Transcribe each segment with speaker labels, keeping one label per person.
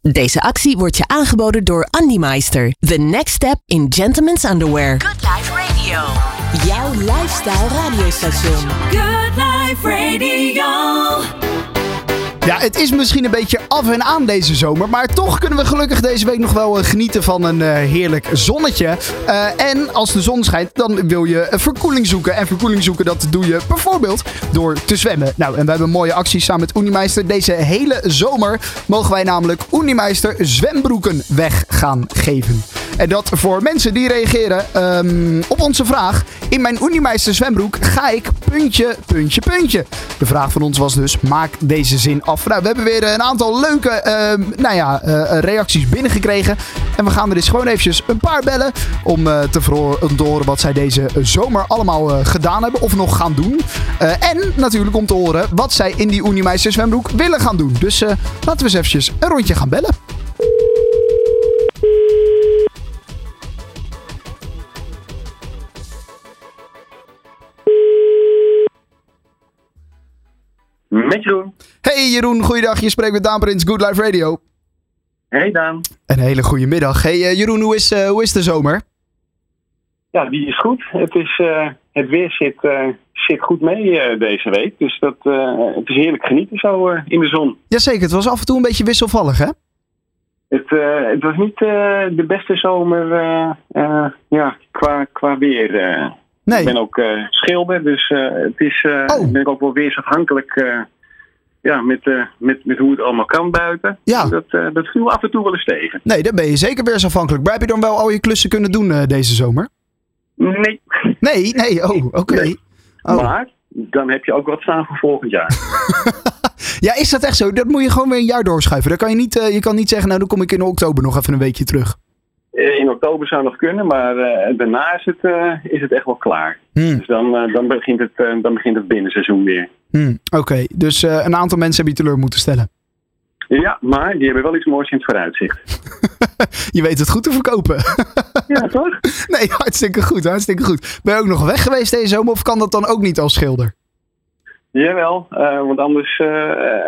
Speaker 1: Deze actie wordt je aangeboden door Andy Meister. The next step in gentlemen's underwear.
Speaker 2: Good Life Radio.
Speaker 1: Jouw lifestyle radiostation.
Speaker 2: Good Life Radio.
Speaker 3: Ja, het is misschien een beetje af en aan deze zomer. Maar toch kunnen we gelukkig deze week nog wel eh, genieten van een eh, heerlijk zonnetje. Eh, en als de zon schijnt, dan wil je eh, verkoeling zoeken. En verkoeling zoeken, dat doe je bijvoorbeeld door te zwemmen. Nou, en we hebben een mooie actie samen met Unimeister. Deze hele zomer mogen wij namelijk Unimeister zwembroeken weg gaan geven. En dat voor mensen die reageren ehm, op onze vraag. In mijn Unimeister zwembroek ga ik puntje, puntje, puntje. De vraag van ons was dus, maak deze zin af. Nou, we hebben weer een aantal leuke ehm, nou ja, eh, reacties binnengekregen. En we gaan er dus gewoon eventjes een paar bellen. Om eh, te, verho- om te horen wat zij deze zomer allemaal eh, gedaan hebben. Of nog gaan doen. Eh, en natuurlijk om te horen wat zij in die Unimeister zwembroek willen gaan doen. Dus eh, laten we eens eventjes een rondje gaan bellen.
Speaker 4: Met Jeroen.
Speaker 3: Hey Jeroen, goeiedag. Je spreekt met Daan Prins, Good Life Radio.
Speaker 4: Hey Daan.
Speaker 3: Een hele goede middag. Hey eh, Jeroen, hoe is, eh, hoe is de zomer?
Speaker 4: Ja, die is goed. Het, is, eh, het weer zit, eh, zit goed mee eh, deze week. Dus dat, eh, het is heerlijk genieten zo eh, in de zon.
Speaker 3: Jazeker, het was af en toe een beetje wisselvallig hè?
Speaker 4: Het, eh, het was niet eh, de beste zomer eh, eh, ja, qua, qua weer. eh.
Speaker 3: Nee.
Speaker 4: Ik ben ook eh, schilder, dus eh, het is, eh,
Speaker 3: Oh.
Speaker 4: ik ben ook wel weersafhankelijk eh, ja, met, eh, met, met hoe het allemaal kan buiten.
Speaker 3: Ja.
Speaker 4: Dat, eh, dat viel af en toe wel eens tegen.
Speaker 3: Nee, dan ben je zeker weersafhankelijk. Maar heb je dan wel al je klussen kunnen doen eh, deze zomer?
Speaker 4: Nee,
Speaker 3: Nee, nee, oh, oké.
Speaker 4: Nee.
Speaker 3: Oh.
Speaker 4: maar dan heb je ook wat staan voor volgend jaar.
Speaker 3: Ja, is dat echt zo? Dat moet je gewoon weer een jaar doorschuiven. Dan kan je, niet, eh, je kan niet zeggen, nou dan kom ik in oktober nog even een weekje terug.
Speaker 4: Eh, In oktober zou nog kunnen, maar eh, daarna is het, eh, is het echt wel klaar.
Speaker 3: Hmm,
Speaker 4: Dus dan, eh, dan, begint, het, eh, dan begint het binnenseizoen weer.
Speaker 3: hmm, Oké, dus eh, een aantal mensen hebben je teleur moeten stellen.
Speaker 4: Ja, maar die hebben wel iets moois in het vooruitzicht.
Speaker 3: Je weet het goed te verkopen.
Speaker 4: Ja, toch?
Speaker 3: nee, hartstikke goed, hartstikke goed. Ben je ook nog weg geweest deze zomer of kan dat dan ook niet als schilder?
Speaker 4: Jawel, eh, want anders eh, eh,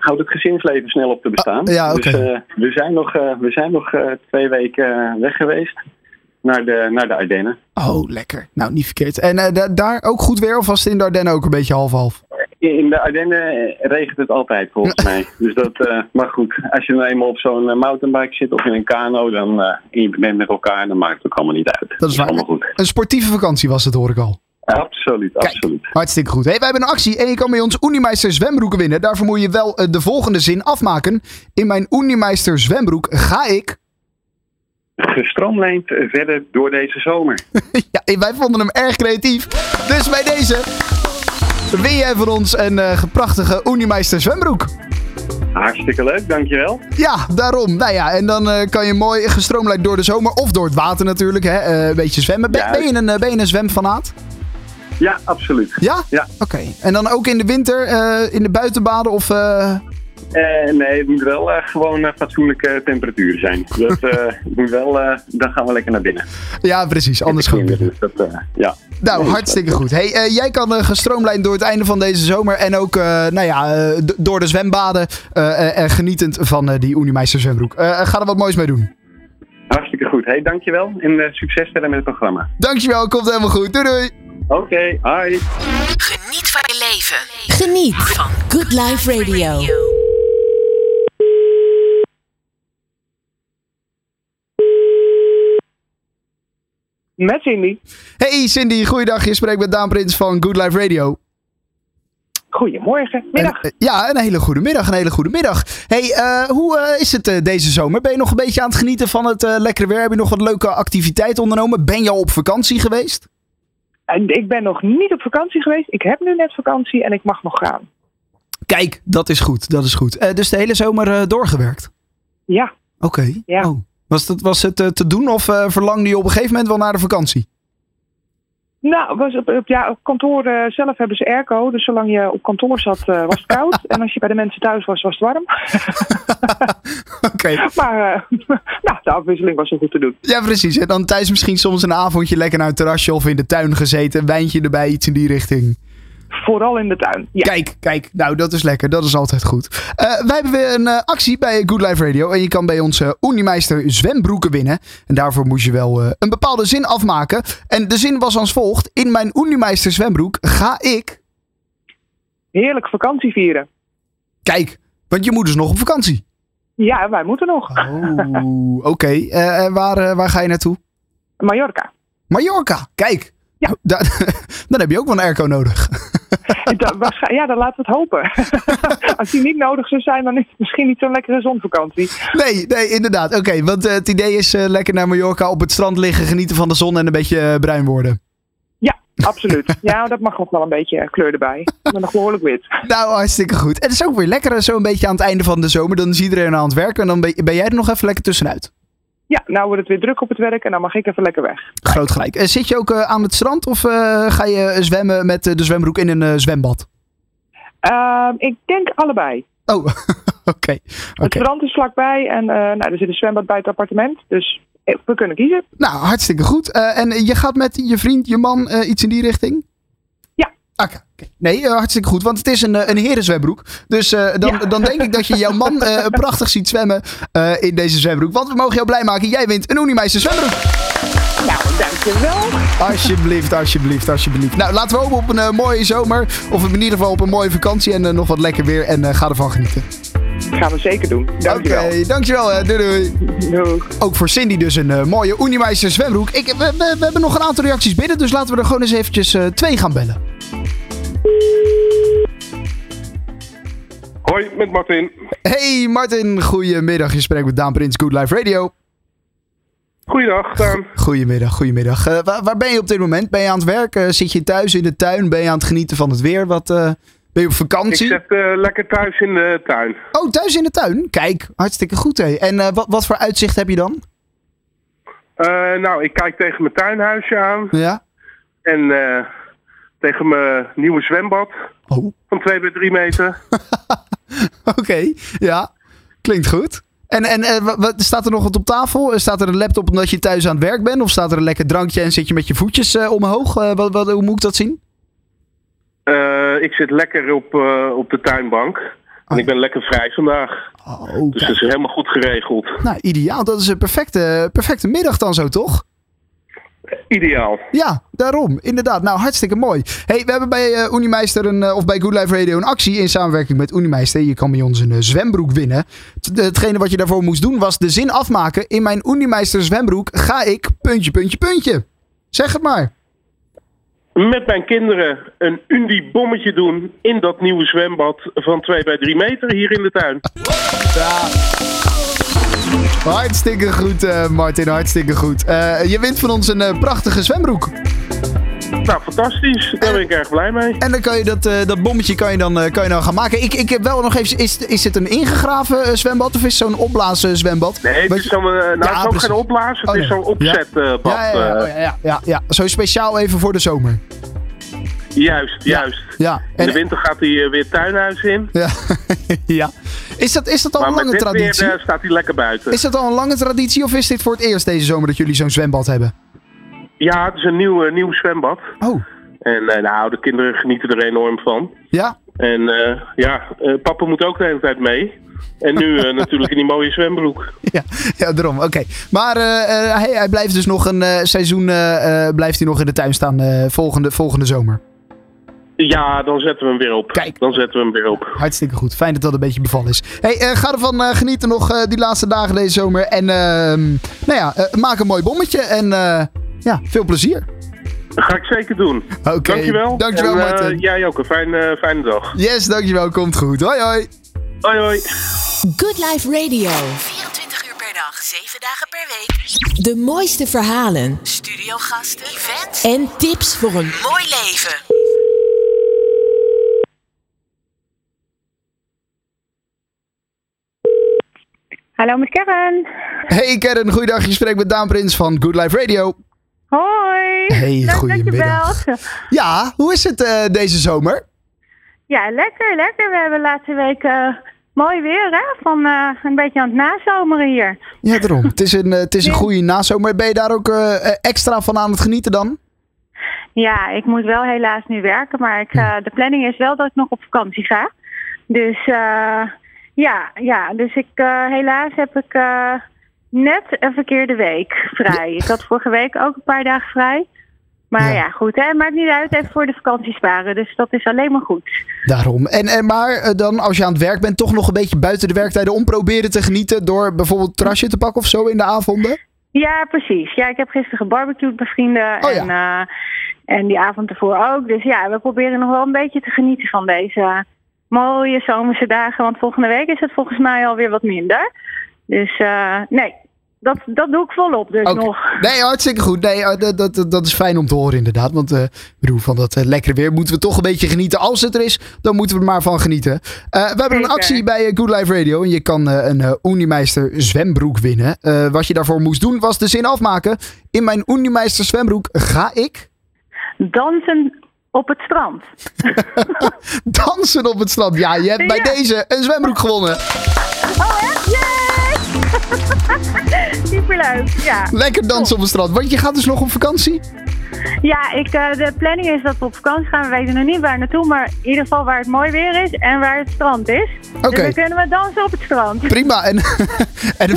Speaker 4: houdt het gezinsleven snel op te bestaan.
Speaker 3: Ah, ja,
Speaker 4: Dus
Speaker 3: oké.
Speaker 4: eh, we zijn nog, eh, we zijn nog eh, twee weken eh, weg geweest naar de, naar de Ardennen.
Speaker 3: Oh, lekker. Nou, niet verkeerd. En eh, da- daar ook goed weer of was het in de Ardennen ook een beetje half-half?
Speaker 4: In de Ardennen regent het altijd volgens mij. Dus dat, eh, maar goed, als je nou eenmaal op zo'n eh, mountainbike zit of in een kano, dan eh, en je bent met elkaar, dan maakt het ook allemaal niet uit.
Speaker 3: waar.
Speaker 4: allemaal goed.
Speaker 3: Een sportieve vakantie was het, hoor ik al.
Speaker 4: Absoluut, absoluut.
Speaker 3: Hartstikke goed. Hey, wij hebben een actie en je kan bij ons Unimeister zwembroeken winnen. Daarvoor moet je wel eh, de volgende zin afmaken. In mijn Unimeister zwembroek ga ik...
Speaker 4: Gestroomlijnd eh, verder door deze zomer.
Speaker 3: Ja, wij vonden hem erg creatief. Dus bij deze win jij van ons een eh, prachtige Unimeister zwembroek.
Speaker 4: Hartstikke leuk, dankjewel.
Speaker 3: Ja, daarom. Nou ja, en dan eh, kan je mooi gestroomlijnd door de zomer of door het water natuurlijk. Hè, eh, een beetje zwemmen. Ben,
Speaker 4: Ja.
Speaker 3: ben je een, eh, ben je een zwemfanaat?
Speaker 4: Ja, absoluut.
Speaker 3: Ja?
Speaker 4: Ja.
Speaker 3: Oké. En dan ook in de winter eh, in de buitenbaden of... eh,
Speaker 4: Eh, nee, het moet wel eh, gewoon eh, fatsoenlijke temperaturen zijn. Dat eh, moet wel, eh, dan gaan we lekker naar binnen.
Speaker 3: Ja, precies. Anders
Speaker 4: Met de
Speaker 3: gewoon
Speaker 4: kinderen,
Speaker 3: binnen.
Speaker 4: dus dat, eh, ja.
Speaker 3: Nou,
Speaker 4: Nee,
Speaker 3: hartstikke goed. Hey, eh, jij kan eh, gestroomlijnd door het einde van deze zomer. En ook eh, nou ja, eh, d- door de zwembaden. eh, eh, eh, genietend van eh, die Unimeister zwembroek. Eh, eh, ga er wat moois mee doen.
Speaker 4: Hartstikke goed. Hey, dankjewel en eh, succes verder met het programma.
Speaker 3: Dankjewel, komt helemaal goed. Doei doei.
Speaker 4: Oké, hi.
Speaker 2: Geniet van je leven.
Speaker 1: Geniet
Speaker 2: Van
Speaker 1: Good Life Radio.
Speaker 5: Met Cindy.
Speaker 3: Hey Cindy, goeiedag. Je spreekt met Daan Prins van Good Life Radio.
Speaker 5: Goedemorgen.
Speaker 3: En,
Speaker 5: Middag.
Speaker 3: eh, ja, een hele goede middag. Een hele goede middag. Hey, eh, hoe eh, is het eh, deze zomer? Ben je nog een beetje aan het genieten van het eh, lekkere weer? Heb je nog wat leuke activiteiten ondernomen? Ben je al op vakantie geweest?
Speaker 5: En ik ben nog niet op vakantie geweest. Ik heb nu net vakantie en ik mag nog gaan.
Speaker 3: Kijk, dat is goed. Dat is goed. Eh, dus de hele zomer eh, doorgewerkt?
Speaker 5: Ja,
Speaker 3: Oké.
Speaker 5: Ja.
Speaker 3: Oh. Was, dat, was het eh, te doen of eh, verlangde je op een gegeven moment wel naar de vakantie?
Speaker 5: nou, was op, op, ja, op kantoor eh, zelf hebben ze airco. Dus zolang je op kantoor zat, eh, was het koud. en als je bij de mensen thuis was, was het warm.
Speaker 3: Oké.
Speaker 5: Maar eh, nou, de afwisseling was zo goed te doen.
Speaker 3: Ja, precies. En dan thuis misschien soms een avondje lekker naar het terrasje of in de tuin gezeten. Een wijntje erbij, iets in die richting.
Speaker 5: Vooral in de tuin. Ja.
Speaker 3: Kijk, kijk. Nou, dat is lekker. Dat is altijd goed. Eh, wij hebben weer een eh, actie bij Good Life Radio. En je kan bij ons eh Unimeister zwembroeken winnen. En daarvoor moest je wel eh, een bepaalde zin afmaken. En de zin was als volgt. In mijn Unimeister zwembroek ga ik...
Speaker 5: Heerlijk vakantie vieren.
Speaker 3: Kijk, want je moet dus nog op vakantie.
Speaker 5: Ja, wij moeten nog.
Speaker 3: Oh, oké. Eh, eh, waar, eh, waar ga je naartoe?
Speaker 5: Mallorca.
Speaker 3: Mallorca. Kijk.
Speaker 5: Ja.
Speaker 3: Nou, da- dan heb je ook wel een airco nodig.
Speaker 5: Dat, waarschijn- ja, dan laten we het hopen. Als die niet nodig zou zijn, dan is het misschien niet zo'n lekkere zonvakantie.
Speaker 3: Nee, nee, inderdaad. Oké, want eh, het idee is eh, lekker naar Mallorca op het strand liggen, genieten van de zon en een beetje eh, bruin worden.
Speaker 5: Ja, absoluut. Ja, dat mag nog wel een beetje kleur erbij. Maar nog behoorlijk wit.
Speaker 3: Nou, hartstikke goed. En het is ook weer lekker eh, zo een beetje aan het einde van de zomer. Dan is iedereen aan het werken en dan ben ben jij er nog even lekker tussenuit.
Speaker 5: Ja, nou wordt het weer druk op het werk en dan mag ik even lekker weg.
Speaker 3: Groot gelijk. Eh, zit je ook eh, aan het strand of eh, ga je eh, zwemmen met eh, de zwembroek in een eh, zwembad?
Speaker 5: Ehm, ik denk allebei.
Speaker 3: Oh, oké.
Speaker 5: Het
Speaker 3: Oké.
Speaker 5: strand is vlakbij en eh, nou, er zit een zwembad bij het appartement. Dus eh, we kunnen kiezen.
Speaker 3: Nou, hartstikke goed. Eh, en je gaat met je vriend, je man, eh, iets in die richting?
Speaker 5: Ja.
Speaker 3: Oké. oké. Nee, eh, hartstikke goed, want het is een, eh, een herenzwembroek. Dus eh, dan,
Speaker 5: Ja.
Speaker 3: dan denk ik dat je jouw man eh, prachtig ziet zwemmen eh, in deze zwembroek. Want we mogen jou blij maken. Jij wint een Unimeister zwembroek.
Speaker 5: Nou, dankjewel.
Speaker 3: Alsjeblieft, alsjeblieft, alsjeblieft. Nou, laten we hopen op een eh, mooie zomer. Of in ieder geval op een mooie vakantie en eh, nog wat lekker weer. En eh, ga ervan genieten.
Speaker 5: Dat gaan we zeker doen. Dankjewel.
Speaker 3: dankjewel. eh, doei, doei.
Speaker 5: Doei.
Speaker 3: Ook voor Cindy dus een eh, mooie Unimeister zwembroek. Ik, we, we, we hebben nog een aantal reacties binnen, dus laten we er gewoon eens eventjes eh, twee gaan bellen.
Speaker 4: Hoi, met Martin.
Speaker 3: Hey Martin, goedemiddag. Je spreekt met Daan Prins, Good Life Radio.
Speaker 4: Goeiedag, Daan.
Speaker 3: Goedemiddag, goedemiddag. Eh, waar, waar ben je op dit moment? Ben je aan het werken? Zit je thuis in de tuin? Ben je aan het genieten van het weer? Wat, eh, ben je op
Speaker 4: Ik
Speaker 3: vakantie?
Speaker 4: zit eh, lekker thuis in de tuin.
Speaker 3: Oh, thuis in de tuin? Kijk, hartstikke goed hé. En eh, wat, wat voor uitzicht heb je dan?
Speaker 4: Eh, nou, ik kijk tegen mijn tuinhuisje aan
Speaker 3: Ja?
Speaker 4: en eh, tegen mijn nieuwe zwembad
Speaker 3: Oh, oké.
Speaker 4: van 2 bij 3 meter.
Speaker 3: Ja, klinkt goed. En, en eh, wa- wat, staat er nog wat op tafel? Eh, Staat er een laptop omdat je thuis aan het werk bent? Of staat er een lekker drankje en zit je met je voetjes eh, omhoog? Eh, wat, wat, hoe moet ik dat zien?
Speaker 4: Eh, ik zit lekker op, eh, op de tuinbank en ik ben lekker vrij vandaag.
Speaker 3: Oh,
Speaker 4: Dus dat is helemaal goed geregeld.
Speaker 3: Nou, ideaal. Dat is een perfecte, perfecte middag dan zo, toch?
Speaker 4: Ideaal.
Speaker 3: Ja, daarom. Inderdaad. Nou, hartstikke mooi. hey, we hebben bij eh Unimeister een, eh, of bij Good Life Radio een actie in samenwerking met Unimeister. Je kan bij ons een eh, zwembroek winnen. T- Hetgene wat je daarvoor moest doen was de zin afmaken. In mijn Unimeister zwembroek ga ik puntje, puntje, puntje. Zeg het maar.
Speaker 4: Met mijn kinderen een undi-bommetje doen in dat nieuwe zwembad van 2 bij 3 meter hier in de tuin.
Speaker 3: Hartstikke goed, eh, Martin. Hartstikke goed. Eh, je wint van ons een eh, prachtige zwembroek.
Speaker 4: Nou, fantastisch. Daar ben ik erg blij mee.
Speaker 3: En dan kan je dat, eh, dat bommetje kan je dan, eh, kan je dan gaan maken. Ik, ik heb wel nog even... Is, is het een ingegraven eh, zwembad of is het zo'n opblazen zwembad?
Speaker 4: Nee, het
Speaker 3: Wat
Speaker 4: is
Speaker 3: je-
Speaker 4: zo'n, eh, nou,
Speaker 3: Ja,
Speaker 4: het is ook
Speaker 3: precies.
Speaker 4: geen opblaas, het
Speaker 3: Oh,
Speaker 4: is
Speaker 3: nee.
Speaker 4: zo'n eh, opzetbad.
Speaker 3: Ja, ja, ja, oh, ja, ja, ja, ja. Zo speciaal even voor de zomer.
Speaker 4: Juist, juist.
Speaker 3: Ja.
Speaker 4: In de
Speaker 3: En-
Speaker 4: winter gaat hij eh, weer tuinhuis in.
Speaker 3: Ja. ja. Is dat, is dat al
Speaker 4: Maar
Speaker 3: een
Speaker 4: met
Speaker 3: lange
Speaker 4: dit
Speaker 3: traditie?
Speaker 4: weer eh, staat hij lekker buiten.
Speaker 3: Is dat al een lange traditie of is dit voor het eerst deze zomer dat jullie zo'n zwembad hebben?
Speaker 4: Ja, het is een nieuw, eh, nieuw zwembad.
Speaker 3: Oh,
Speaker 4: En eh, nou, de kinderen genieten er enorm van.
Speaker 3: ja.
Speaker 4: En eh, ja, eh, papa moet ook de hele tijd mee. En nu eh, natuurlijk in die mooie zwembroek.
Speaker 3: Ja, ja daarom. Oké. Maar eh, eh, hij, hij blijft dus nog een eh, seizoen eh, eh, blijft hij nog in de tuin staan eh, volgende, volgende zomer.
Speaker 4: Ja, dan zetten we hem weer op.
Speaker 3: Kijk.
Speaker 4: Dan zetten we hem weer op.
Speaker 3: Hartstikke goed. Fijn dat dat een beetje bevallen is. Hey, eh, ga ervan eh, genieten nog eh, die laatste dagen deze zomer. En ehm, nou ja, eh, maak een mooi bommetje. En eh, ja, veel plezier.
Speaker 4: Dat ga ik zeker doen.
Speaker 3: Oké.
Speaker 4: Dankjewel.
Speaker 3: Dankjewel,
Speaker 4: en, eh,
Speaker 3: Martin.
Speaker 4: jij ook. Een fijne, fijne dag.
Speaker 3: Yes, dankjewel. Komt goed. Hoi, hoi.
Speaker 4: Hoi, hoi.
Speaker 1: Good Life Radio.
Speaker 2: 24 uur per dag, 7 dagen per week.
Speaker 1: De mooiste verhalen
Speaker 2: Studiogasten, events,
Speaker 1: en tips voor een
Speaker 2: mooi leven.
Speaker 6: Hallo met Karen.
Speaker 3: Hey Karen, goeiedag. Je spreekt met Daan Prins van Good Life Radio.
Speaker 6: Hoi.
Speaker 3: Hey,
Speaker 6: Leuk
Speaker 3: goedemiddag.
Speaker 6: Dat je belt.
Speaker 3: Ja, hoe is het eh, deze zomer?
Speaker 6: Ja, lekker, lekker. We hebben laatste week eh, mooi weer, hè? Van eh, een beetje aan het nazomeren hier.
Speaker 3: Ja, daarom. het is een, eh, het is een goede nazomer. Ben je daar ook eh, eh, extra van aan het genieten dan?
Speaker 6: Ja, ik moet wel helaas nu werken, maar ik, eh, de planning is wel dat ik nog op vakantie ga. Dus eh, ja, ja, dus ik eh, helaas heb ik eh, net een verkeerde week vrij. Ik had vorige week ook een paar dagen vrij. Maar
Speaker 3: Ja.
Speaker 6: ja, goed, hè, maakt niet uit, even voor de vakantie sparen. Dus dat is alleen maar goed.
Speaker 3: Daarom. En, en maar eh, dan, als je aan het werk bent, toch nog een beetje buiten de werktijden om proberen te genieten. Door bijvoorbeeld een terrasje te pakken of zo in de avonden.
Speaker 6: Ja, precies. Ja, ik heb gisteren gebarbecued met vrienden.
Speaker 3: Oh ja.
Speaker 6: en, eh, en die avond ervoor ook. Dus ja, we proberen nog wel een beetje te genieten van deze mooie zomerse dagen. Want volgende week is het volgens mij alweer wat minder. Dus eh, nee, dat, dat doe ik volop dus
Speaker 3: Oké.
Speaker 6: nog.
Speaker 3: Nee, hartstikke goed. Nee, eh, dat, dat, dat- dat is fijn om te horen inderdaad. Want eh, ik bedoel, van dat eh, lekkere weer moeten we toch een beetje genieten. Als het er is, dan moeten we er maar van genieten. Eh, we hebben een
Speaker 6: Zeker.
Speaker 3: actie bij eh, Good Life Radio. En je kan eh, een eh Unimeister zwembroek winnen. Eh, wat je daarvoor moest doen, was de zin afmaken. In mijn Unimeister zwembroek ga ik
Speaker 6: Dansen op het strand.
Speaker 3: dansen op het strand. Ja, je hebt bij
Speaker 6: Ja.
Speaker 3: deze een zwembroek gewonnen.
Speaker 6: Oh, echt? Yay! Superleuk, ja.
Speaker 3: Lekker dansen op het strand. Want je gaat dus nog op vakantie?
Speaker 6: Ja, ik, eh, de planning is dat we op vakantie gaan. We weten nog niet waar naartoe, maar in ieder geval waar het mooi weer is en waar het strand is. Dus
Speaker 3: Oké.
Speaker 6: dan kunnen we dansen op het strand.
Speaker 3: Prima. En, en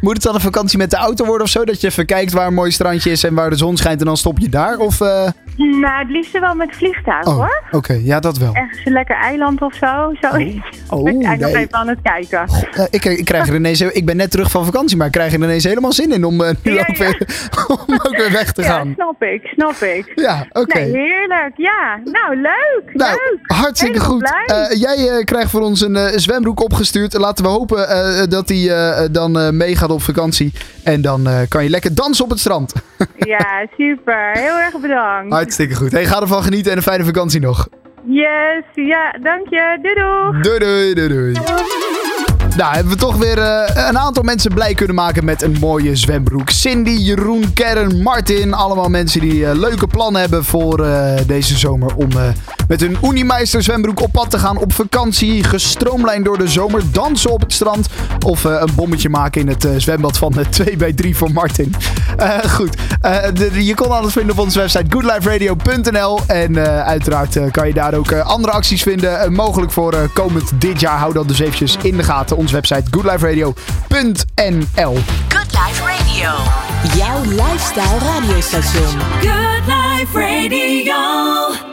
Speaker 3: moet het dan een vakantie met de auto worden of zo? Dat je even kijkt waar een mooi strandje is en waar de zon schijnt en dan stop je daar? Of, eh,
Speaker 6: Nou, het liefst wel met vliegtuig
Speaker 3: Oh,
Speaker 6: hoor.
Speaker 3: oké. Ja, dat wel.
Speaker 6: Ergens een lekker eiland of zo. zo.
Speaker 3: oh,
Speaker 6: ben ik eigenlijk nog
Speaker 3: nee.
Speaker 6: even aan het kijken.
Speaker 3: Eh, ik, ik, krijg er ineens, ik ben net terug van vakantie, maar ik krijg er ineens helemaal zin in om, eh, nu
Speaker 6: Ja,
Speaker 3: ook,
Speaker 6: ja.
Speaker 3: Weer, om ook weer weg te
Speaker 6: Ja,
Speaker 3: gaan.
Speaker 6: snap ik, snap ik.
Speaker 3: Ja, oké.
Speaker 6: Nee, heerlijk. Ja, nou leuk,
Speaker 3: Nou,
Speaker 6: leuk.
Speaker 3: hartstikke
Speaker 6: Helemaal
Speaker 3: goed.
Speaker 6: blij.
Speaker 3: Eh, jij eh, krijgt voor ons een eh, zwembroek opgestuurd. Laten we hopen eh, dat die eh, dan eh, meegaat op vakantie. En dan eh, kan je lekker dansen op het strand.
Speaker 6: Ja, super. Heel erg bedankt.
Speaker 3: Hartstikke goed. Hey, ga ervan genieten en een fijne vakantie nog.
Speaker 6: Yes, ja, dank je. Doei doei.
Speaker 3: Doei, doei, doei, doei. Nou, hebben we toch weer eh, een aantal mensen blij kunnen maken met een mooie zwembroek. Cindy, Jeroen, Kern, Martin. Allemaal mensen die eh, leuke plannen hebben voor eh, deze zomer. Om eh, met hun Unimeister zwembroek op pad te gaan op vakantie. Gestroomlijnd door de zomer. Dansen op het strand. Of eh, een bommetje maken in het eh, zwembad van eh, 2x3 voor Martin. Eh, goed. Eh, de- de- je kon alles vinden op onze website goodliferadio.nl. En eh, uiteraard eh, kan je daar ook eh, andere acties vinden. eh, mogelijk voor eh, komend dit jaar. Hou dat dus eventjes in de gaten. Onze website goodliferadio.nl.
Speaker 2: Good Life Radio.
Speaker 1: Jouw lifestyle radiostation.
Speaker 7: Good Life Radio.